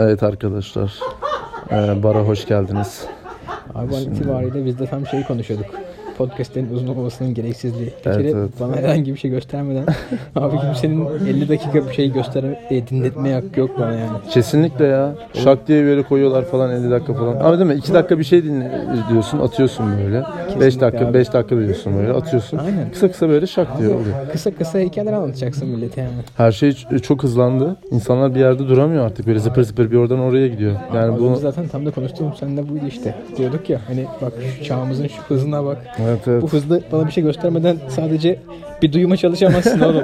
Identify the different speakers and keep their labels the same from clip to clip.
Speaker 1: Evet arkadaşlar. Ee, bara hoş geldiniz.
Speaker 2: Abi an itibariyle biz de tam şeyi konuşuyorduk. Podcast'lerin uzun olmasının gereksizliği. Bir
Speaker 1: Evet,
Speaker 2: kere
Speaker 1: evet.
Speaker 2: bana herhangi bir şey göstermeden abi kimsenin 50 dakika bir şey göster e, dinletmeye hakkı yok bana yani.
Speaker 1: Kesinlikle ya. Şak diye böyle koyuyorlar falan 50 dakika falan. Ama değil mi? 2 dakika bir şey dinle diyorsun atıyorsun böyle. 5 dakika
Speaker 2: abi.
Speaker 1: 5 dakika diyorsun böyle atıyorsun.
Speaker 2: Aynen.
Speaker 1: Kısa kısa böyle şak diyor oluyor.
Speaker 2: Kısa kısa hikayeler anlatacaksın millete yani.
Speaker 1: Her şey ç- çok hızlandı. İnsanlar bir yerde duramıyor artık böyle zıpır zıpır bir oradan oraya gidiyor. Yani
Speaker 2: Az
Speaker 1: bu
Speaker 2: önce zaten tam da konuştuğum seninle buydu işte. Diyorduk ya hani bak şu çağımızın şu hızına bak.
Speaker 1: Evet evet.
Speaker 2: Bu hızlı bana bir şey göstermeden sadece bir duyuma çalışamazsın oğlum.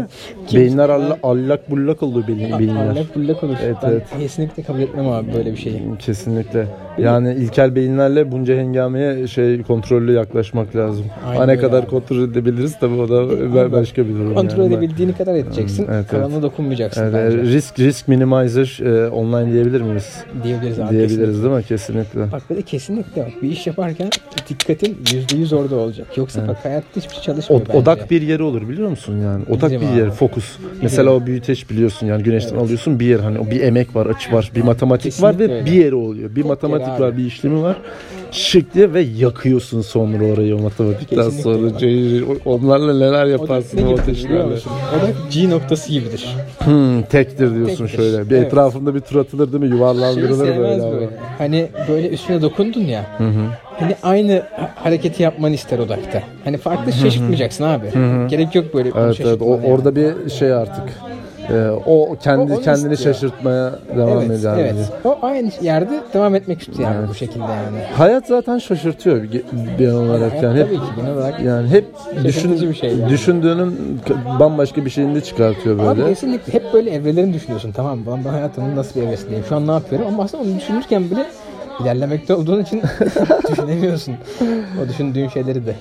Speaker 1: Beyinler alla, allak bullak oldu beyin- beyinler.
Speaker 2: Allak bullak olur.
Speaker 1: Evet,
Speaker 2: ben
Speaker 1: evet.
Speaker 2: kesinlikle kabul etmem abi böyle bir şeyi.
Speaker 1: Kesinlikle. Yani ilkel beyinlerle bunca hengameye şey kontrollü yaklaşmak lazım.
Speaker 2: Aynen
Speaker 1: Ha, ne
Speaker 2: öyle
Speaker 1: kadar
Speaker 2: abi.
Speaker 1: kontrol edebiliriz tabii o da be- başka bir durum.
Speaker 2: Kontrol
Speaker 1: yani.
Speaker 2: edebildiğini kadar edeceksin.
Speaker 1: Hmm, Evet, evet.
Speaker 2: Kalanına dokunmayacaksın
Speaker 1: Evet,
Speaker 2: bence.
Speaker 1: risk risk minimizer e, online diyebilir miyiz?
Speaker 2: diyebiliriz abi. kesinlikle.
Speaker 1: Diyebiliriz değil mi? Kesinlikle.
Speaker 2: Bak bir de kesinlikle bak bir iş yaparken dikkatin %100 orada olacak. Yoksa bak hayatta hiçbir şey
Speaker 1: O-
Speaker 2: çalışmıyor bence.
Speaker 1: odak bir yeri olur biliyor musun yani? Odak
Speaker 2: Bizim
Speaker 1: bir
Speaker 2: abi.
Speaker 1: yer, fokus. Mesela o büyüteç biliyorsun yani güneşten alıyorsun bir yer hani o bir emek var, açı var, bir matematik var
Speaker 2: Kesinlikle
Speaker 1: ve
Speaker 2: öyle.
Speaker 1: bir yeri oluyor. Bir matematik
Speaker 2: yeri
Speaker 1: var,
Speaker 2: abi.
Speaker 1: bir işlemi var. Şık diye ve yakıyorsun sonra orayı o matematikten
Speaker 2: Kesinlikle
Speaker 1: sonra.
Speaker 2: bak.
Speaker 1: Cayır, onlarla neler
Speaker 2: Odak
Speaker 1: yaparsın
Speaker 2: ne
Speaker 1: o
Speaker 2: gibidir
Speaker 1: ateşlerle.
Speaker 2: biliyor musun? Odak G noktası gibidir.
Speaker 1: Hmm, tektir diyorsun
Speaker 2: Tektir.
Speaker 1: şöyle. Bir
Speaker 2: Evet.
Speaker 1: etrafında bir tur atılır değil mi?
Speaker 2: Şeyi
Speaker 1: Yuvarlandırılır böyle.
Speaker 2: sevmez
Speaker 1: ama.
Speaker 2: böyle. Hani böyle üstüne dokundun ya. Hani aynı ha- hareketi yapmanı ister odakta. Hani farklı şaşırtmayacaksın abi. Gerek yok böyle bir
Speaker 1: Evet evet
Speaker 2: şaşırtmana
Speaker 1: o,
Speaker 2: yani.
Speaker 1: orada bir şey artık. Ee, o kendi
Speaker 2: O onu
Speaker 1: kendini
Speaker 2: istiyor.
Speaker 1: şaşırtmaya devam
Speaker 2: Evet,
Speaker 1: eder.
Speaker 2: evet.
Speaker 1: bence.
Speaker 2: O aynı yerde devam etmek istiyor yani bu şekilde yani.
Speaker 1: Hayat zaten şaşırtıyor bir ge- genel olarak yani hep
Speaker 2: Tabii ki genel olarak
Speaker 1: yani hep düşün,
Speaker 2: Şaşırtıcı bir şey yani.
Speaker 1: düşündüğünün k- bambaşka bir şeyini de çıkartıyor
Speaker 2: Abi
Speaker 1: böyle.
Speaker 2: kesinlikle hep böyle evrelerini düşünüyorsun tamam mı? Ben, ben hayatımın nasıl bir evresindeyim? Şu an ne yapıyorum? Ama aslında onu düşünürken bile ilerlemekte olduğun için düşünemiyorsun. O düşündüğün şeyleri de.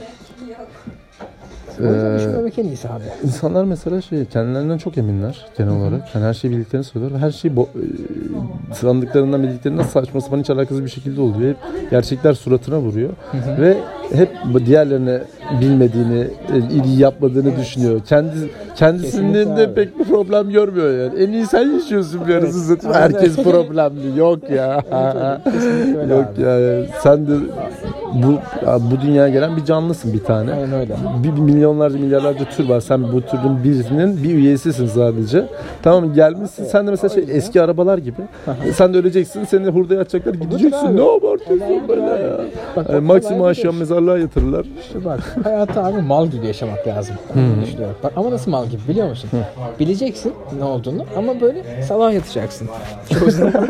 Speaker 2: O yüzden düşünmemek en iyisi abi.
Speaker 1: İnsanlar mesela şey kendilerinden çok eminler genel olarak. Yani her şeyi bildiklerini söylüyorlar ve her şey bo- e, sandıklarından bildiklerinden saçma sapan hiç alakasız bir şekilde oluyor. Hep gerçekler suratına vuruyor ve hep bu diğerlerine bilmediğini, e, iyi yapmadığını düşünüyor. Kendi kendisinin
Speaker 2: Kesinlikle
Speaker 1: de
Speaker 2: abi.
Speaker 1: pek bir problem görmüyor yani. En iyi sen yaşıyorsun bir arası zaten.
Speaker 2: Aynen.
Speaker 1: Herkes problemli. Yok ya.
Speaker 2: Kesinlikle öyle
Speaker 1: Yok
Speaker 2: abi.
Speaker 1: yani sen de bu bu dünyaya gelen bir canlısın bir tane
Speaker 2: Aynen öyle.
Speaker 1: bir milyonlarca milyarlarca tür var. Sen bu türün birinin bir üyesisin sadece. Tamam gelmişsin. Sen de mesela şey, eski arabalar gibi. Sen de öleceksin. Seni hurdaya atacaklar. Gideceksin.
Speaker 2: abi.
Speaker 1: Ne abartıyorsun böyle ya. Yani maksimum aşağı mezarlığa yatırırlar.
Speaker 2: İşte bak hayatı abi mal gibi yaşamak lazım. Ben bunu düşünüyorum. Bak, ama nasıl mal gibi biliyor musun? Bileceksin ne olduğunu ama böyle salağa yatacaksın. Çoğu zaman.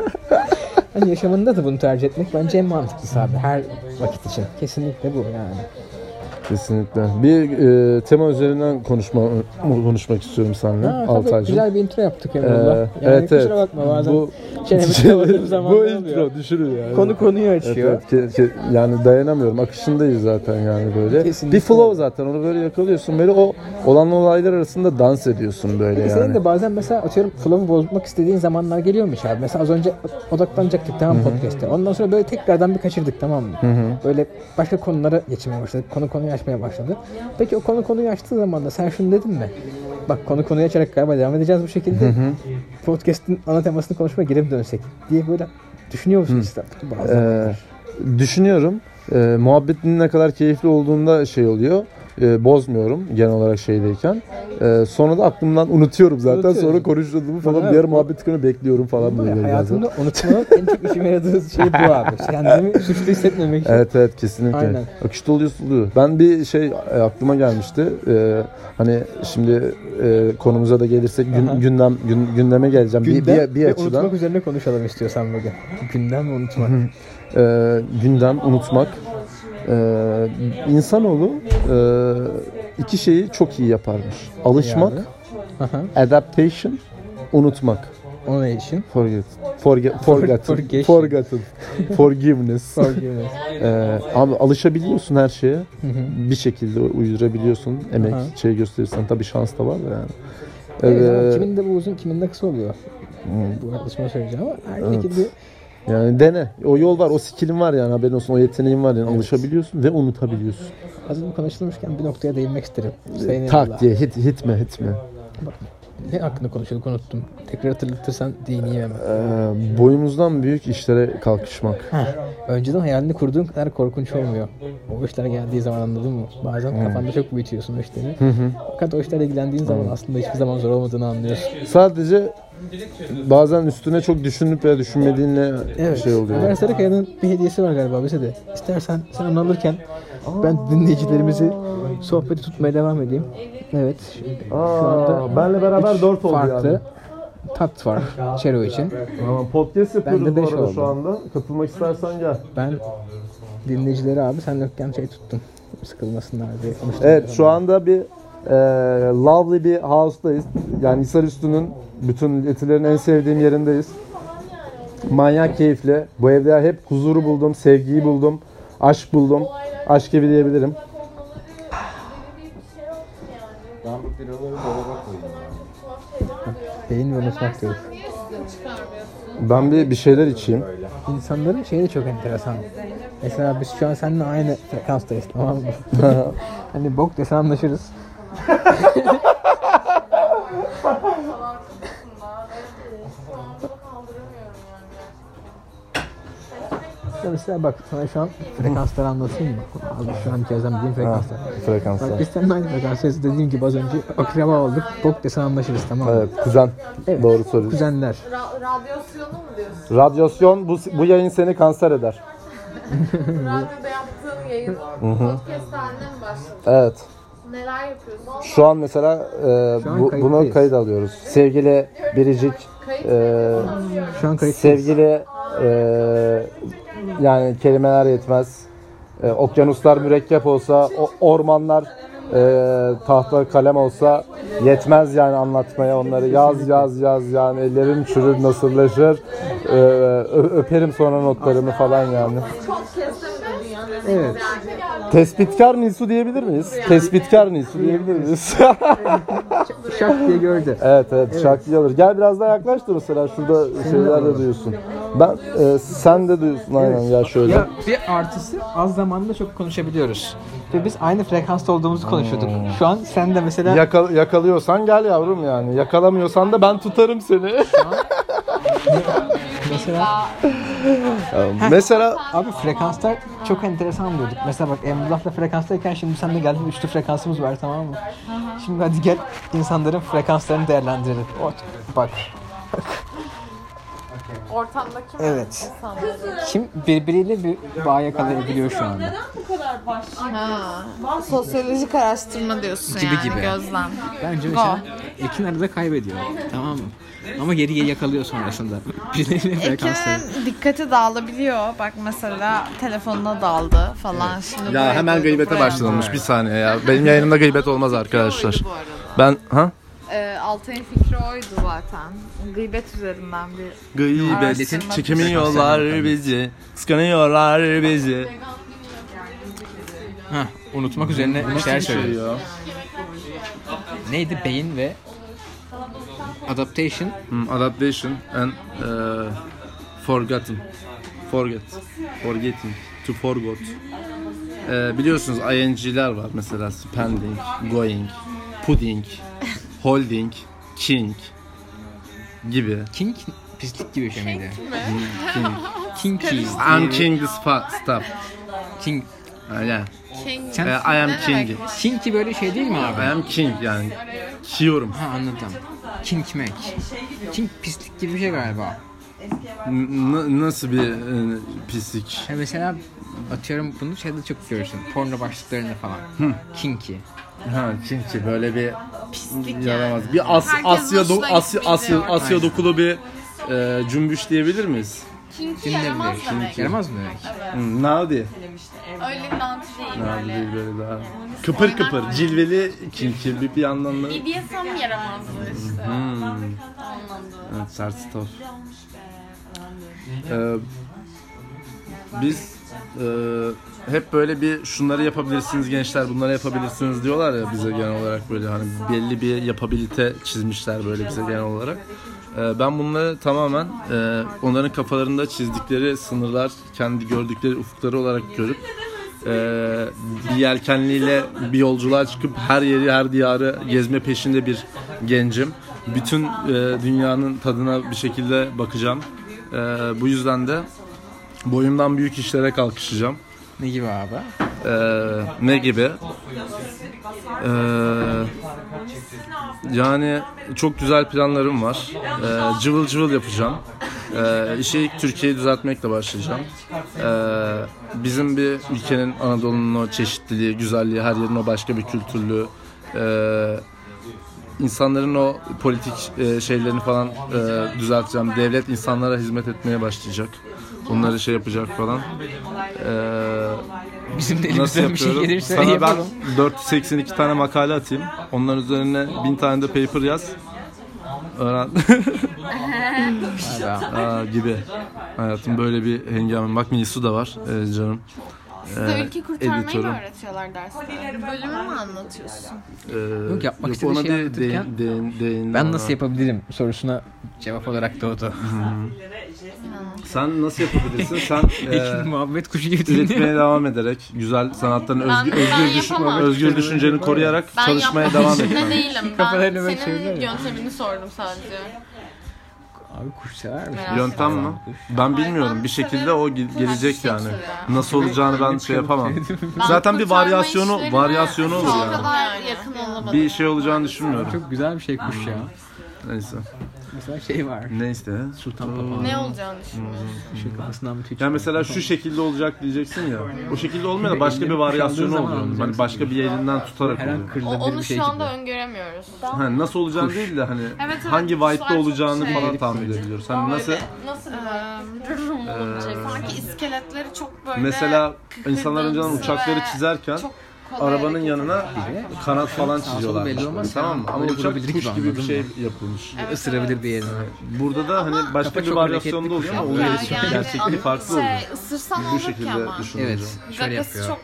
Speaker 2: hani yaşamında da bunu tercih etmek bence en mantıklısı abi her vakit için. Kesinlikle bu yani.
Speaker 1: Kesinlikle. Bir e, tema üzerinden konuşma konuşmak istiyorum seninle.
Speaker 2: Ha, tabii
Speaker 1: Altaycığım.
Speaker 2: güzel bir intro yaptık
Speaker 1: Ee,
Speaker 2: Emrullah. yani
Speaker 1: evet,
Speaker 2: kusura
Speaker 1: evet.
Speaker 2: bakma bazen Şey,
Speaker 1: Bu,
Speaker 2: çenemi kapadığım zaman
Speaker 1: bu
Speaker 2: ne oluyor?
Speaker 1: intro düşürüyor yani.
Speaker 2: Konu konuyu açıyor.
Speaker 1: Evet, evet, ke- ke- yani dayanamıyorum. Akışındayız zaten yani böyle.
Speaker 2: Kesinlikle.
Speaker 1: Bir flow zaten. Onu böyle yakalıyorsun. Böyle o olan olaylar arasında dans ediyorsun böyle yani.
Speaker 2: E, Senin de bazen mesela atıyorum flow'u bozmak istediğin zamanlar geliyormuş abi. Mesela az önce odaklanacaktık tamam podcast'te. Ondan sonra böyle tekrardan bir kaçırdık tamam mı? Böyle başka konulara geçmeye başladık. Konu konuyu açmaya başladı. Peki o konu konuyu açtığı zaman da sen şunu dedin mi? Bak konu konuyu açarak galiba devam edeceğiz bu şekilde. Podcast'in ana temasını konuşmaya geri mi dönsek diye böyle düşünüyor musun işte bazen?
Speaker 1: Ee, düşünüyorum. Ee, muhabbetin ne kadar keyifli olduğunda şey oluyor. Ee, bozmuyorum genel olarak şeydeyken. Ee, sonra da aklımdan unutuyorum zaten.
Speaker 2: Unutuyorum.
Speaker 1: Sonra konuşulduğumu falan
Speaker 2: Bana-
Speaker 1: diğer muhabbet günü bekliyorum falan böyle. bazen.
Speaker 2: Ee, Hayatımda unutmanın en çok işime yaradığı şey bu abi. Kendimi suçlu hissetmemek için.
Speaker 1: Evet evet kesinlikle.
Speaker 2: Aynen.
Speaker 1: Akışta oluyorsun oluyor. Ben bir şey e, aklıma gelmişti. Ee, hani şimdi e, konumuza da gelirsek gün-
Speaker 2: Aha.
Speaker 1: gündem gün- gündeme geleceğim. Bir-
Speaker 2: Gündem
Speaker 1: bir, bir,
Speaker 2: ve
Speaker 1: açıdan.
Speaker 2: unutmak üzerine konuşalım istiyorsan bugün. Gündem ve unutmak.
Speaker 1: Ee, gündem unutmak. Ee, insanoğlu e, iki şeyi çok iyi yaparmış. Alışmak,
Speaker 2: Yani. Aha,
Speaker 1: adaptation, unutmak.
Speaker 2: o ne için?
Speaker 1: Forget, forget, forgotten,
Speaker 2: forgation.
Speaker 1: forgotten, forgiveness.
Speaker 2: Forgiveness.
Speaker 1: Ee, abi alışabiliyorsun her şeye. Bir şekilde uydurabiliyorsun. Emek
Speaker 2: Hı.
Speaker 1: şey gösterirsen tabii şans da var da yani.
Speaker 2: Evet. ama
Speaker 1: Ee,
Speaker 2: kimin de bu uzun, kimin de kısa oluyor. Bu atışma söyleyeceğim ama erkek gibi
Speaker 1: yani dene. O yol var, o skillin var yani haberin olsun. O yeteneğin var yani alışabiliyorsun ve unutabiliyorsun. E,
Speaker 2: az önce konuşulmuşken bir noktaya değinmek isterim. Sayın Emrullah.
Speaker 1: Tak diye hit, hitme hitme.
Speaker 2: Ne hakkında konuşuyorduk unuttum. Tekrar hatırlatırsan dini hemen.
Speaker 1: Ee, boyumuzdan büyük işlere kalkışmak.
Speaker 2: Heh, önceden hayalini kurduğun kadar korkunç olmuyor. O işler geldiği zaman anladın mı? Bazen kafanda çok büyütüyorsun o işleri. Fakat o işlerle ilgilendiğin zaman aslında hiçbir zaman zor olmadığını anlıyorsun.
Speaker 1: Sadece bazen üstüne çok düşünüp veya düşünmediğinle şey
Speaker 2: Ömer
Speaker 1: oluyor.
Speaker 2: Sarıkaya'nın bir hediyesi var galiba bize de. İstersen sen onu alırken ben dinleyicilerimizi sohbeti tutmaya devam edeyim. Evet. şimdi Şu anda
Speaker 3: benle beraber
Speaker 2: üç
Speaker 3: 4 oldu
Speaker 2: farklı
Speaker 3: yani.
Speaker 2: tat var Çero için.
Speaker 3: Tamam, podcast yapıyoruz
Speaker 2: Ben de
Speaker 3: bu
Speaker 2: beş
Speaker 3: arada şu
Speaker 2: oldum.
Speaker 3: anda. Katılmak istersen gel.
Speaker 2: Ben dinleyicileri abi sen yokken şey tuttum. Sıkılmasınlar diye konuştum.
Speaker 1: Evet şu anda bir e, lovely bir house'dayız. Yani Hisarüstü'nün bütün etilerin en sevdiğim yerindeyiz. Manyak keyifle. Bu evde hep huzuru buldum, sevgiyi buldum, aşk buldum. Aşk evi diyebilirim.
Speaker 4: şey Ben bu kiloları dolaba koyayım. yani. şey
Speaker 2: Beyin ve unutmak diyoruz.
Speaker 1: Ben bir bir şeyler içeyim.
Speaker 2: İnsanların şeyi de çok enteresan. Mesela biz şu an seninle aynı frekanstayız tamam mı? hani bok desen anlaşırız.
Speaker 5: Soğanı kaldıramıyorum yani gerçekten.
Speaker 2: Ya mesela bak sana şu an frekansları anlatayım mı? Abi şu an kezden bildiğim frekanslar. Bak
Speaker 1: Frekanslar.
Speaker 2: biz seninle aynı frekanstayız dediğim gibi az önce akraba olduk. Bok desen anlaşırız tamam mı?
Speaker 1: Evet, kuzen.
Speaker 2: Evet.
Speaker 1: Doğru soruyorsun.
Speaker 2: Kuzenler.
Speaker 4: Ra- radyasyonu mu diyorsun?
Speaker 1: Radyasyon bu, bu yayın seni kanser eder.
Speaker 4: Radyoda yaptığın yayın. Podcast haline mi başladı?
Speaker 1: Evet.
Speaker 4: Neler yapıyorsun?
Speaker 1: Şu an mesela e,
Speaker 2: Şu an
Speaker 1: bu, bunu
Speaker 2: kayıttayız.
Speaker 1: kayıt alıyoruz. Sevgili Biricik,
Speaker 4: Kayıt
Speaker 1: e,
Speaker 2: Şu an kayıt.
Speaker 1: sevgili e, yani kelimeler yetmez. E, okyanuslar mürekkep olsa, o- ormanlar e, tahta kalem olsa yetmez yani anlatmaya onları. Yaz yaz yaz yani ellerim çürür nasırlaşır. E, ö- öperim sonra notlarımı falan yani.
Speaker 4: Podcast'te mi dedin ya?
Speaker 2: Evet.
Speaker 1: Tespitkar Nisu diyebilir miyiz? Tespitkar Nisu diyebilir miyiz?
Speaker 2: Şak diye gördü.
Speaker 1: evet evet şarkıyı alır. Gel biraz daha yaklaş da mesela şurada şeyler de duyuyorsun. Ben e, sen de duyuyorsun aynen ya şöyle.
Speaker 2: Ya bir artısı az zamanda çok konuşabiliyoruz. Ve biz aynı frekansta olduğumuzu konuşuyorduk.
Speaker 1: Hmm.
Speaker 2: Şu an sen de mesela
Speaker 1: Yaka- yakalıyorsan gel yavrum yani. Yakalamıyorsan da ben tutarım seni.
Speaker 2: mesela
Speaker 1: mesela
Speaker 2: abi frekanslar çok enteresan diyorduk. Mesela bak Emrah'la frekanstayken şimdi sen de geldin üçlü frekansımız var tamam mı? Şimdi hadi gel insanların frekanslarını değerlendirelim. Ot, bak
Speaker 4: Ortamdaki mi?
Speaker 2: evet.
Speaker 4: insanlar?
Speaker 2: Kim birbiriyle bir bağ yakalayabiliyor şu anda.
Speaker 4: Ha. Sosyolojik araştırma diyorsun yani
Speaker 2: gibi.
Speaker 4: gözlem.
Speaker 2: Bence
Speaker 4: mesela
Speaker 2: Ekin arada kaybediyor tamam mı? Ama geriye yakalıyor sonrasında. Birbiriyle
Speaker 4: Ekin'in dikkati dağılabiliyor. Bak mesela telefonuna daldı falan. Şimdi buraya koydu, buraya koydu.
Speaker 1: bir saniye ya. Benim yayınımda gıybet olmaz arkadaşlar.
Speaker 4: Bu arada.
Speaker 1: Ben ha?
Speaker 4: Ee, Altay'ın fikri oydu zaten. Gıybet üzerinden bir
Speaker 1: Gıybet
Speaker 4: Milletin
Speaker 1: çekemiyorlar bizi. Kıskanıyorlar bizi.
Speaker 2: unutmak üzerine bir şeyler söylüyor. Neydi? Beyin ve adaptation.
Speaker 1: Hmm, adaptation and uh, forgotten. Forget. Forgetting. To forgot. Ee, biliyorsunuz ing'ler var mesela spending, going, pudding, holding, king gibi.
Speaker 2: King pislik gibi bir şey miydi? King cheese.
Speaker 1: I'm king this fa- stuff.
Speaker 2: King.
Speaker 1: Yani, yani,
Speaker 4: King.
Speaker 2: Ee,
Speaker 1: e, I am king.
Speaker 2: King böyle şey değil mi
Speaker 1: I
Speaker 2: abi?
Speaker 1: am king yani. Kiyorum.
Speaker 2: Ha anladım. King Mac. King pislik gibi bir şey galiba.
Speaker 1: N- n- nasıl bir e, pislik.
Speaker 2: Ya mesela atıyorum bunu şeyde çok görürsün. Porno başlıklarında falan. Kinky.
Speaker 1: Ha king ki böyle bir
Speaker 4: Pislik yani.
Speaker 1: Yaramaz. Bir As-
Speaker 4: Herkesin
Speaker 1: Asya do-
Speaker 4: hoşuna
Speaker 1: Asya Asya
Speaker 4: gitmeyeceği var.
Speaker 1: Asya dokulu bir e, cümbüş diyebilir miyiz?
Speaker 5: Çünkü yaramaz
Speaker 2: Dinlemeyiz.
Speaker 5: demek.
Speaker 2: Yaramaz mı demek?
Speaker 1: Hmm, Naudi.
Speaker 5: Öyle nantı değil
Speaker 1: Naudi
Speaker 5: böyle.
Speaker 1: değil böyle daha. Kıpır kıpır, cilveli kinki bir, bir yandan da.
Speaker 5: BDSM yaramazlığı işte.
Speaker 1: Hmm. Evet, sert stof. Ee, biz e, hep böyle bir şunları yapabilirsiniz gençler, bunları yapabilirsiniz diyorlar ya bize genel olarak böyle hani belli bir yapabilite çizmişler böyle bize genel olarak. Ee, ben bunları tamamen e, onların kafalarında çizdikleri sınırlar, kendi gördükleri ufukları olarak görüp e, bir yelkenliyle bir yolculuğa çıkıp her yeri her diyarı gezme peşinde bir gencim. bütün e, dünyanın tadına bir şekilde bakacağım. E, bu yüzden de boyumdan büyük işlere kalkışacağım.
Speaker 2: Ne gibi abi?
Speaker 1: E, ne gibi? E, yani çok güzel planlarım var. E, cıvıl cıvıl yapacağım. E, işe ilk Türkiye'yi düzeltmekle başlayacağım. E, bizim bir ülkenin Anadolu'nun o çeşitliliği, güzelliği, her yerin o başka bir kültürlü e, insanların o politik e, şeylerini falan e, düzelteceğim. Devlet insanlara hizmet etmeye başlayacak. Bunları şey yapacak falan. E,
Speaker 2: Bizim de elimizden bir şey
Speaker 1: yapıyorum?
Speaker 2: gelirse
Speaker 1: Sana ben
Speaker 2: yapalım.
Speaker 1: 482 tane makale atayım. Onların üzerine 1000 tane de paper yaz. Öğren
Speaker 2: Abi,
Speaker 1: Aa, gibi. Hayatım böyle bir hengame. Bak Minisu da var e, canım.
Speaker 4: Size ülke kurtarmayı
Speaker 1: editörüm.
Speaker 4: mı öğretiyorlar derste? Bölümü mü anlatıyorsun?
Speaker 1: Ee,
Speaker 2: Yok, yapmak istediği
Speaker 1: ona
Speaker 2: şeyi
Speaker 1: de-
Speaker 2: anlatırken
Speaker 1: de- de- de-
Speaker 2: Ben nasıl yapabilirim sorusuna cevap olarak doğdu.
Speaker 1: Sen nasıl yapabilirsin? Sen
Speaker 2: Ekin
Speaker 1: e,
Speaker 2: muhabbet kuşu gibi dinliyor.
Speaker 1: üretmeye devam ederek, güzel sanatların
Speaker 5: Ben-
Speaker 1: özgür,
Speaker 5: ben
Speaker 1: özgür, düş-
Speaker 5: yapamam.
Speaker 1: özgür düşünceni koruyarak
Speaker 5: Ben
Speaker 1: çalışmaya
Speaker 5: yapmak
Speaker 1: devam
Speaker 5: işinde
Speaker 1: etmen.
Speaker 5: değilim. Ben
Speaker 2: Kafalarını böyle
Speaker 5: senin
Speaker 2: çeviriyor ya.
Speaker 5: yöntemini sordum sadece.
Speaker 2: Abi kuş sever misin?
Speaker 5: Merak
Speaker 1: Yöntem
Speaker 5: ettim.
Speaker 1: mi? Ben bilmiyorum. Bir şekilde o ge- gelecek yani. Nasıl olacağını ben şey yapamam.
Speaker 5: Ben
Speaker 1: Zaten bir
Speaker 5: kurtarma
Speaker 1: varyasyonu
Speaker 5: işlerine
Speaker 1: varyasyonu olur
Speaker 5: o
Speaker 1: yani.
Speaker 5: kadar yakın olamadım.
Speaker 1: Bir şey olacağını düşünmüyorum.
Speaker 2: Çok güzel bir şey kuş ya.
Speaker 1: Neyse.
Speaker 2: Mesela şey var.
Speaker 1: Neyse.
Speaker 2: Sultan Papa.
Speaker 5: Ne olacağını düşünüyorsun?
Speaker 2: Şu kafasından bir şey tüy
Speaker 1: Yani
Speaker 2: çıkıyor.
Speaker 1: mesela şu şekilde olacak diyeceksin ya. O şekilde olmuyor da başka bir varyasyonu oluyor. onun. Hani başka bir yerinden tutarak
Speaker 2: her an
Speaker 1: oluyor.
Speaker 5: O-
Speaker 2: kırılabilir bir
Speaker 5: Onu
Speaker 2: şey
Speaker 5: şu
Speaker 2: gibi.
Speaker 5: anda öngöremiyoruz.
Speaker 1: Ha, nasıl olacağını değil de hani
Speaker 4: evet,
Speaker 1: hangi
Speaker 4: kuşlar
Speaker 1: vibe'de
Speaker 4: çok
Speaker 1: olacağını
Speaker 4: şey.
Speaker 1: falan tahmin edebiliyoruz. Hani nasıl
Speaker 5: Nasıl bir
Speaker 4: Durum
Speaker 5: Ee,
Speaker 4: olacak. Sanki Ee, iskeletleri çok böyle
Speaker 1: mesela
Speaker 4: kıkırdamsı
Speaker 1: insanların canım uçakları
Speaker 4: ve
Speaker 1: çizerken
Speaker 4: çok kolay
Speaker 1: arabanın
Speaker 4: hareket
Speaker 1: yanına kanat falan
Speaker 2: Sağ solu
Speaker 1: çiziyorlar.
Speaker 2: belli olmaz
Speaker 1: Tamam mı?
Speaker 2: ya.
Speaker 1: Ama
Speaker 2: Öyle
Speaker 1: uçak
Speaker 2: vurabilir
Speaker 1: kuş
Speaker 2: gibi
Speaker 1: gibi bir
Speaker 2: anladın
Speaker 1: şey
Speaker 2: mı?
Speaker 1: yapılmış. Ee,
Speaker 2: Isırabilir bir yerine.
Speaker 1: Burada da hani başka
Speaker 2: kafa
Speaker 1: bir
Speaker 2: çok
Speaker 1: varyasyonda
Speaker 2: hareketli
Speaker 1: oluyor ama onun
Speaker 2: kuş yani.
Speaker 1: gerçek-
Speaker 2: Yani
Speaker 1: gerçekliği farklı oluyor.
Speaker 4: Şey, ısırsan
Speaker 1: Bu
Speaker 4: olur ki
Speaker 1: şekilde
Speaker 4: ama.
Speaker 1: düşününce.
Speaker 2: Evet. Şöyle
Speaker 4: Gagası
Speaker 2: yapıyor.
Speaker 4: çok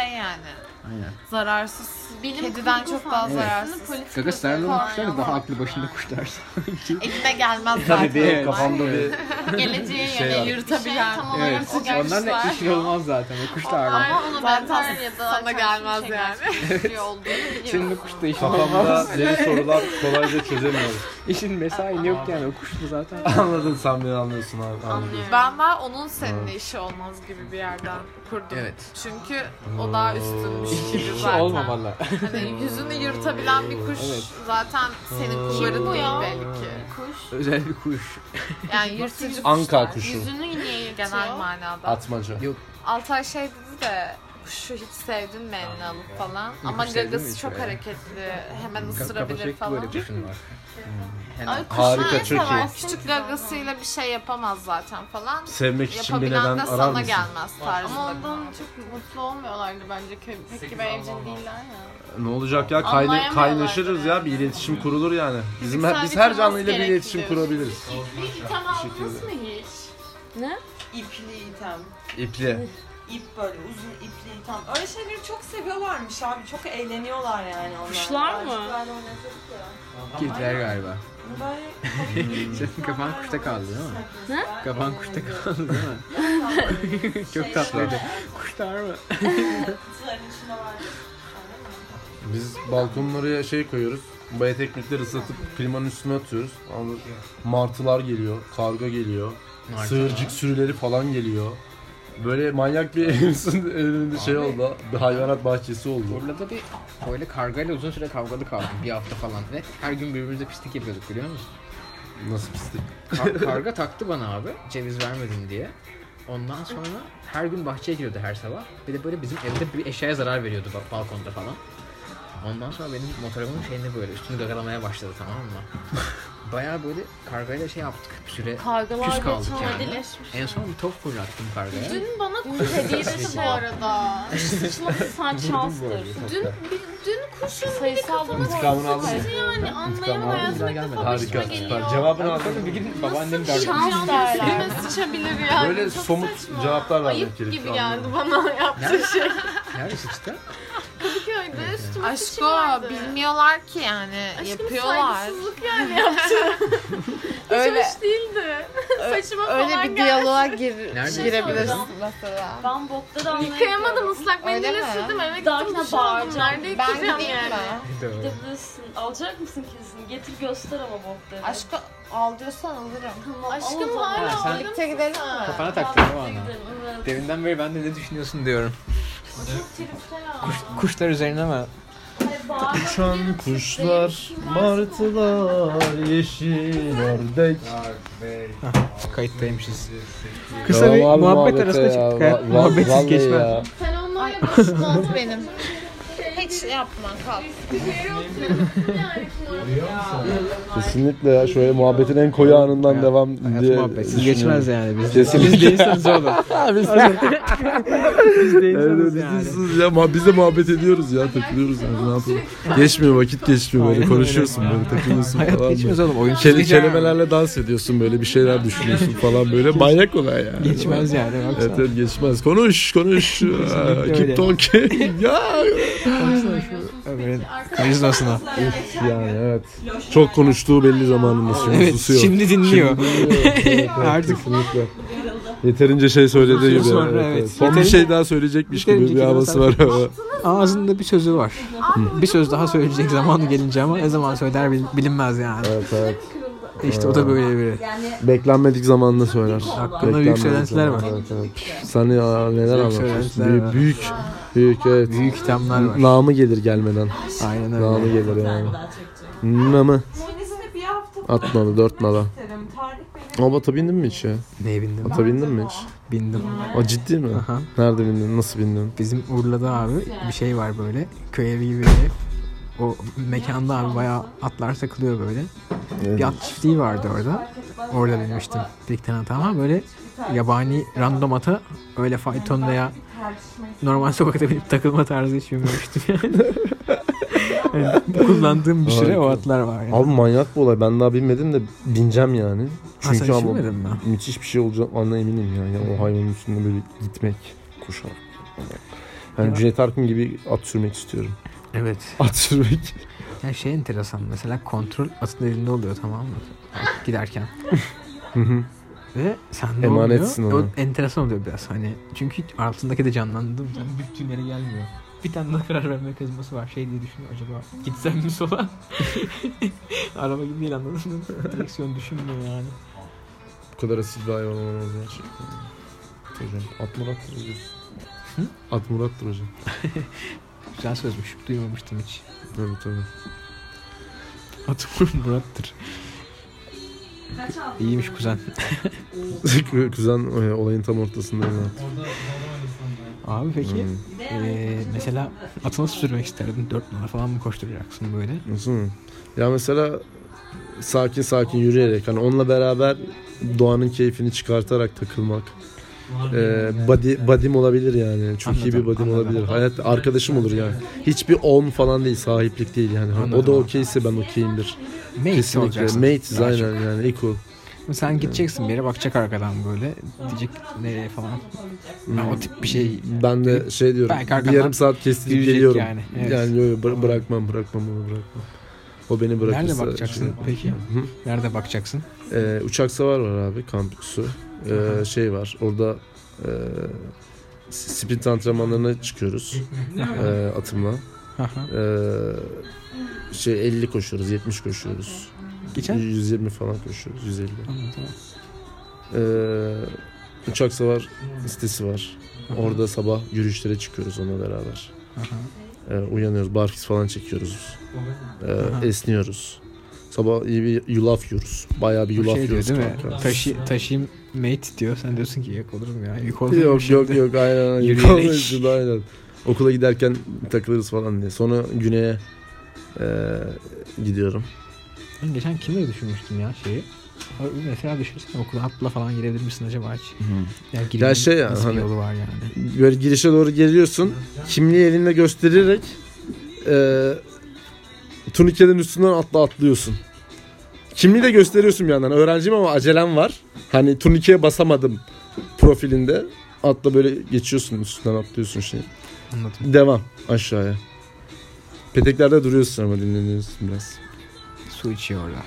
Speaker 4: şey yani.
Speaker 2: Aynen.
Speaker 4: Zararsız.
Speaker 5: Bilim
Speaker 4: Kediden
Speaker 5: kurgu
Speaker 4: çok daha
Speaker 5: falan.
Speaker 4: zararsız.
Speaker 5: Politik
Speaker 2: Gaga sarılı
Speaker 5: korkuyor
Speaker 2: kuşlar da daha
Speaker 5: ama.
Speaker 2: aklı başında kuşlar sanki.
Speaker 4: Eline gelmez
Speaker 1: Tabii
Speaker 4: zaten.
Speaker 1: bir
Speaker 2: Evet.
Speaker 1: kafamda bir
Speaker 5: Geleceğe
Speaker 1: şey
Speaker 5: yönelik
Speaker 1: var.
Speaker 5: yürütebilen. tam olarak
Speaker 2: Evet.
Speaker 5: o
Speaker 2: Onlarla
Speaker 5: gençler.
Speaker 2: işin olmaz zaten. O kuşlar.
Speaker 5: Ama onu ben ya da
Speaker 4: sana gelmez
Speaker 5: gelmez yani. olduğunu biliyorum.
Speaker 2: Senin o kuş da işin
Speaker 1: kafamda
Speaker 2: olmaz.
Speaker 1: yeni sorular kolayca çözemiyorum.
Speaker 2: İşin mesain yok yani. O kuş da zaten.
Speaker 1: Anladın sen beni anlıyorsun abi. Anladım.
Speaker 4: Ben daha onun senin işi olmaz gibi bir yerden kurdum.
Speaker 2: Evet.
Speaker 4: Çünkü o daha üstünmüş gibi
Speaker 1: Şey
Speaker 2: İşi
Speaker 4: zaten.
Speaker 2: olmamalı.
Speaker 4: Hani yüzünü yırtabilen bir kuş
Speaker 2: Evet.
Speaker 4: zaten senin kulvarın
Speaker 5: bu
Speaker 4: değil
Speaker 5: ya?
Speaker 4: belli ki.
Speaker 2: Özel bir kuş.
Speaker 4: Yani yırtıcı
Speaker 1: Anka
Speaker 4: kuşlar.
Speaker 1: kuşu.
Speaker 5: Yüzünü niye yırtıyor?
Speaker 4: Genel manada.
Speaker 1: Atmaca.
Speaker 4: Altay şey dedi de kuşu hiç sevdin mi eline alıp falan. Ama
Speaker 2: sevdin mi
Speaker 4: gagası
Speaker 2: hiç
Speaker 4: çok
Speaker 2: öyle?
Speaker 4: hareketli. Hemen
Speaker 2: Kafa
Speaker 4: ısırabilir
Speaker 2: şekli
Speaker 4: falan.
Speaker 2: böyle kuşun var.
Speaker 4: Ay kuşu
Speaker 1: Harika,
Speaker 4: ne
Speaker 1: çok iyi.
Speaker 4: sever? Küçük gagasıyla bir şey yapamaz zaten falan.
Speaker 1: Sevmek için bir neden
Speaker 4: Yapabilen de
Speaker 1: arar
Speaker 4: sana
Speaker 1: mısın?
Speaker 4: gelmez
Speaker 5: Ama
Speaker 4: tarzında.
Speaker 5: ondan çok mutlu olmuyorlardı bence. Köpek gibi evcil değiller ya.
Speaker 1: Ne olacak ya? Kayna
Speaker 5: Anlayamıyorlar
Speaker 1: kaynaşırız ya.
Speaker 5: yani.
Speaker 1: Bir iletişim kurulur yani. Bizim
Speaker 5: Fiziksel
Speaker 1: biz
Speaker 5: bir
Speaker 1: her
Speaker 5: temas
Speaker 1: canlıyla bir
Speaker 5: gerekli
Speaker 1: iletişim
Speaker 5: diyorsun.
Speaker 1: kurabiliriz.
Speaker 5: İpli item aldınız mı hiç?
Speaker 6: İpli item.
Speaker 1: İpli.
Speaker 6: İp böyle uzun ipli item. Öyle şeyleri çok seviyorlarmış abi. Çok eğleniyorlar yani onlar.
Speaker 5: Kuşlar mı?
Speaker 6: Çocuklarla oynadık ya.
Speaker 2: Kediler galiba.
Speaker 6: Böyle
Speaker 2: Senin kafan kuşta kaldı değil mi?
Speaker 6: Ne?
Speaker 2: Kafan kuşta kaldı değil mi?
Speaker 5: Şey
Speaker 2: Çok tatlıydı. Kuşlar mı?
Speaker 1: Biz balkonun oraya şey koyuyoruz. Bu eteklikleri ıslatıp klimanın üstüne atıyoruz. Ama Martılar geliyor, karga geliyor, sığırcık sürüleri falan geliyor. Böyle manyak bir evimizin evinde şey oldu. Bir hayvanat bahçesi oldu.
Speaker 2: Urla'da bir böyle kargayla uzun süre kavgalı kaldım. Bir hafta falan. Ve her gün birbirimize pislik yapıyorduk biliyor musun?
Speaker 1: Nasıl pislik.
Speaker 2: Kar- karga taktı bana abi ceviz vermedim diye. Ondan sonra her gün bahçeye giriyordu her sabah. Bir de böyle bizim evde bir eşyaya zarar veriyordu bak balkonda falan. Ondan sonra benim motorumun şeyini böyle üstünü gagalamaya başladı tamam mı? Bayağı böyle kargayla şey yaptık bir süre. Küs
Speaker 5: Kargalar
Speaker 2: kaldık
Speaker 5: geçen
Speaker 2: yani.
Speaker 5: adileşmiş.
Speaker 2: En son bir top fırlattım kargaya.
Speaker 5: Dün bana kuş hediye etti bu arada. Sıçması sen şanstır. Dün, bir- dün kuşun sayısal bir
Speaker 1: İntikamını aldın mı?
Speaker 5: yani anlayan
Speaker 1: aldın.
Speaker 5: hayatına
Speaker 2: Güzel
Speaker 5: kafa
Speaker 1: Harika,
Speaker 5: başıma
Speaker 1: süper.
Speaker 5: geliyor.
Speaker 1: Cevabını aldın.
Speaker 2: Bir gün babaannem
Speaker 5: Şans derler. sıçabilir yani.
Speaker 1: Böyle
Speaker 5: Çok
Speaker 1: somut
Speaker 5: saçma.
Speaker 1: cevaplar vermek
Speaker 5: Ayıp
Speaker 1: gerekiyor,
Speaker 5: gibi geldi
Speaker 1: anlıyorum.
Speaker 5: bana yaptığı şey.
Speaker 2: Nerede sıçtı?
Speaker 5: Köyde üstüme
Speaker 4: Aşko
Speaker 5: sıçıyorlardı.
Speaker 4: bilmiyorlar ki yani
Speaker 5: Aşkım
Speaker 4: yapıyorlar.
Speaker 5: saygısızlık yani yaptı. Hiç
Speaker 4: Öyle.
Speaker 5: hoş değildi. saçıma
Speaker 4: Öyle
Speaker 5: falan
Speaker 4: bir
Speaker 5: geldi.
Speaker 4: diyaloğa gir,
Speaker 7: Nerede?
Speaker 4: girebilirsin mesela.
Speaker 6: Ben bokta da
Speaker 5: Yıkayamadım ıslak
Speaker 4: Öyle
Speaker 5: mendili
Speaker 4: mi?
Speaker 5: sürdüm eve gittim
Speaker 6: Darkına
Speaker 5: duş aldım.
Speaker 6: bağıracağım.
Speaker 5: Nerede
Speaker 4: Ben
Speaker 5: yıkayacağım
Speaker 4: gideyim
Speaker 5: yani?
Speaker 4: mi?
Speaker 7: Doğru.
Speaker 6: Gidebilirsin. Alacak mısın kesin? Getir göster ama bokları.
Speaker 4: Aşkı al diyorsan alırım.
Speaker 6: Tamam,
Speaker 5: Aşkım
Speaker 6: ama
Speaker 5: hala
Speaker 7: sen-
Speaker 5: aldım.
Speaker 4: Birlikte gidelim mi?
Speaker 7: Kafana taktın değil mi
Speaker 6: tamam,
Speaker 7: onu?
Speaker 6: gidelim, evet.
Speaker 7: Deminden beri ben de ne düşünüyorsun diyorum.
Speaker 6: O çok tripte ya.
Speaker 7: Kuşlar üzerine mi?
Speaker 6: Ay, bağırma.
Speaker 1: Uçan kuşlar, martılar, yeşil ördek.
Speaker 7: Kayıttaymışız.
Speaker 2: Kısa bir
Speaker 1: Ya var
Speaker 2: muhabbet
Speaker 1: muhabbete
Speaker 2: arasında
Speaker 1: ya,
Speaker 2: çıktık.
Speaker 1: va-
Speaker 2: ha.
Speaker 1: va-
Speaker 2: Muhabbetsiz
Speaker 1: vallahi
Speaker 2: geçmez.
Speaker 1: ya.
Speaker 5: Sen onlarla
Speaker 4: Olmaz benim. Hiç yapma kalk.
Speaker 1: Kesinlikle ya şöyle muhabbetin en koyu anından devam
Speaker 2: Hayat
Speaker 1: diye
Speaker 2: muhabbetsiz
Speaker 1: düşünüyorum.
Speaker 2: geçmez yani. Biz,
Speaker 1: Kesinlikle.
Speaker 2: biz değilseniz oğlum. biz
Speaker 1: Evet,
Speaker 2: değilseniz
Speaker 1: biz
Speaker 2: yani.
Speaker 1: sus ya ma- biz de muhabbet ediyoruz ya takılıyoruz yani ne yapalım. Geçmiyor vakit geçmiyor böyle
Speaker 2: Aynen
Speaker 1: konuşuyorsun böyle takılıyorsun
Speaker 2: Hayat
Speaker 1: falan.
Speaker 2: geçmez
Speaker 1: böyle.
Speaker 2: oğlum. Oyun
Speaker 1: Keli kelimelerle dans ediyorsun böyle bir şeyler düşünüyorsun falan böyle bayrak olay yani.
Speaker 2: Geçmez yani. Baksana.
Speaker 1: Evet, evet geçmez. Konuş konuş. Aa,
Speaker 2: öyle.
Speaker 1: Keep talking. ya.
Speaker 2: Ömer'in karizmasına.
Speaker 1: Yani evet. Çok konuştuğu belli zamanında şimdi
Speaker 2: Evet
Speaker 1: susuyor.
Speaker 2: şimdi dinliyor. Artık
Speaker 1: Kesinlikle. Yeterince şey söylediği gibi.
Speaker 2: Sonra,
Speaker 1: evet,
Speaker 2: evet.
Speaker 1: evet. Son bir
Speaker 2: Yeterince-
Speaker 1: şey daha söyleyecekmiş gibi bir
Speaker 2: Yeterince
Speaker 1: havası var.
Speaker 2: biraz ağzında bir sözü var. Bir söz daha söyleyecek zamanı gelince ama ne zaman söyler bil- bilinmez yani.
Speaker 1: evet, evet.
Speaker 2: İşte o da böyle biri.
Speaker 1: Beklenmedik zamanda söyler. Hakkında
Speaker 2: büyük söylentiler var.
Speaker 1: Evet, evet. Sen ya, neler anlatıyorsun?
Speaker 2: söylentiler
Speaker 1: Büyük,
Speaker 2: var.
Speaker 1: büyük, büyük, evet.
Speaker 2: Büyük itemler var.
Speaker 1: Namı gelir gelmeden.
Speaker 2: Aynen
Speaker 1: Namı
Speaker 2: öyle.
Speaker 1: gelir yani. Namı.
Speaker 6: Monisine bir hafta
Speaker 1: At nalı, dört nala.
Speaker 6: isterim. Tarih benim.
Speaker 1: Ama bata bindin mi hiç ya?
Speaker 2: Neye bindim?
Speaker 1: Bata bindin mi hiç?
Speaker 2: Bindim.
Speaker 1: O ciddi mi?
Speaker 2: Aha.
Speaker 1: Nerede bindin? Nasıl bindin?
Speaker 2: Bizim Urla'da abi bir şey var böyle. Köy evi gibi bir ev. O mekanda abi bayağı atlar takılıyor böyle. Bir at çiftliği vardı orada. Orada binmiştim. Bir iki tane tamam böyle yabani random ata öyle fayton veya normal sokakta binip takılma tarzı hiç bilmemiştim yani. yani kullandığım bir süre o atlar var yani.
Speaker 1: Abi manyak bir olay. Ben daha binmedim de bineceğim yani.
Speaker 2: Ha, sen
Speaker 1: Çünkü ama
Speaker 2: düşünmedin mi?
Speaker 1: müthiş bir şey olacak ana eminim yani. yani o hayvanın üstünde böyle gitmek, koşarak. Yani
Speaker 2: Ya.
Speaker 1: Cüneyt Arkın gibi at sürmek istiyorum.
Speaker 2: Evet.
Speaker 1: At sürmek.
Speaker 2: Yani şey enteresan mesela kontrol atın elinde oluyor tamam mı? Giderken.
Speaker 1: hı.
Speaker 2: Ve sen ne
Speaker 1: Emanetsin
Speaker 2: oluyor?
Speaker 1: ona.
Speaker 2: O enteresan oluyor biraz hani. Çünkü altındaki de canlandı. Bütün yere gelmiyor. Bir tane daha karar verme kazması var. Şey diye düşünüyor acaba gitsem mi sola? Araba gibi değil anladın mı? Direksiyon düşünmüyor yani.
Speaker 1: Bu kadar asil bir hayvan olamaz gerçekten. Hocam at Murat'tır hocam. At Murat'tır hocam.
Speaker 2: Güzel sözmüş. Duymamıştım hiç.
Speaker 1: Evet tabii.
Speaker 2: Atılır Murat'tır. İyiymiş kuzen.
Speaker 1: Kuzen e, olayın tam ortasında yani at.
Speaker 2: Abi peki
Speaker 1: Hmm.
Speaker 2: eee, Ee, mesela atı nasıl sürmek isterdin? 4 numara falan mı koşturacaksın böyle?
Speaker 1: Nasıl mı? Ya mesela sakin sakin yürüyerek hani onunla beraber doğanın keyfini çıkartarak takılmak. Ee, body, body'm olabilir yani. Çok iyi bir
Speaker 2: Anladım,
Speaker 1: body'm
Speaker 2: anladım.
Speaker 1: olabilir. Hayat arkadaşım olur yani. Hiçbir on falan değil, sahiplik değil yani. Hani O da
Speaker 2: Anladım.
Speaker 1: okeyse ben okeyimdir.
Speaker 2: Mate
Speaker 1: Kesinlikle.
Speaker 2: olacaksın.
Speaker 1: Mate'iz
Speaker 2: Daha
Speaker 1: aynen yani. Equal.
Speaker 2: çok. Sen gideceksin bir yere bakacak arkadan böyle. Diyecek nereye falan. Ha, o tip bir şey.
Speaker 1: Ben de şey diyorum.
Speaker 2: Belki
Speaker 1: Bir
Speaker 2: arkadan
Speaker 1: yarım saat kestirip
Speaker 2: yürüyecek
Speaker 1: geliyorum. Yani,
Speaker 2: yani, evet.
Speaker 1: yo, yo, bıra- bırakmam, bırakmam onu bırakmam. O beni bırakırsa. şey-
Speaker 2: Nerede bakacaksın peki? Nerede bakacaksın?
Speaker 1: Ee, uçak savar var abi kampüsü. Ee, şey var orada e, sprint antrenmanlarına çıkıyoruz e, atımla.
Speaker 2: Aha.
Speaker 1: Ee, şey 50 koşuyoruz, 70 koşuyoruz.
Speaker 2: Geçen?
Speaker 1: 120 falan koşuyoruz, 150.
Speaker 2: Anladım, tamam.
Speaker 1: Ee, uçak savar sitesi var. Orada sabah yürüyüşlere çıkıyoruz onunla beraber.
Speaker 2: Aha. Şey
Speaker 1: Ee, uyanıyoruz, barfiks falan çekiyoruz. Ee,
Speaker 2: Aha.
Speaker 1: esniyoruz. Sabah iyi bir yulaf yiyoruz. Bayağı bir
Speaker 2: Bu
Speaker 1: yulaf
Speaker 2: şey diyor
Speaker 1: yiyoruz.
Speaker 2: değil mi?
Speaker 1: kanka.
Speaker 2: Taşı, taşıyım mate diyor. Sen diyorsun ki yok olur mu ya? Yük olur mu
Speaker 1: Yok
Speaker 2: şimdi?
Speaker 1: yok yok aynen aynen.
Speaker 2: Yürüyerek.
Speaker 1: Yürüyerek. aynen. Okula giderken takılırız falan diye. Sonra güneye e, gidiyorum.
Speaker 2: Ben geçen kimle düşünmüştüm ya şeyi. Abi Mesela düşünsene okula atla falan girebilir misin acaba hiç? Yani girebilir-
Speaker 1: şey ya,
Speaker 2: nasıl
Speaker 1: hani-
Speaker 2: bir yolu var yani?
Speaker 1: Böyle girişe doğru geliyorsun. Kimliği elinde göstererek e, turnikenin üstünden atla atlıyorsun. Kimliği de gösteriyorsun bir yandan. Öğrenciyim ama acelem var. Hani turnikeye basamadım profilinde. Atla böyle geçiyorsun üstünden atlıyorsun şey.
Speaker 2: Anladım.
Speaker 1: Devam aşağıya. Peteklerde duruyorsun ama dinleniyorsun biraz.
Speaker 2: Su içiyor orada.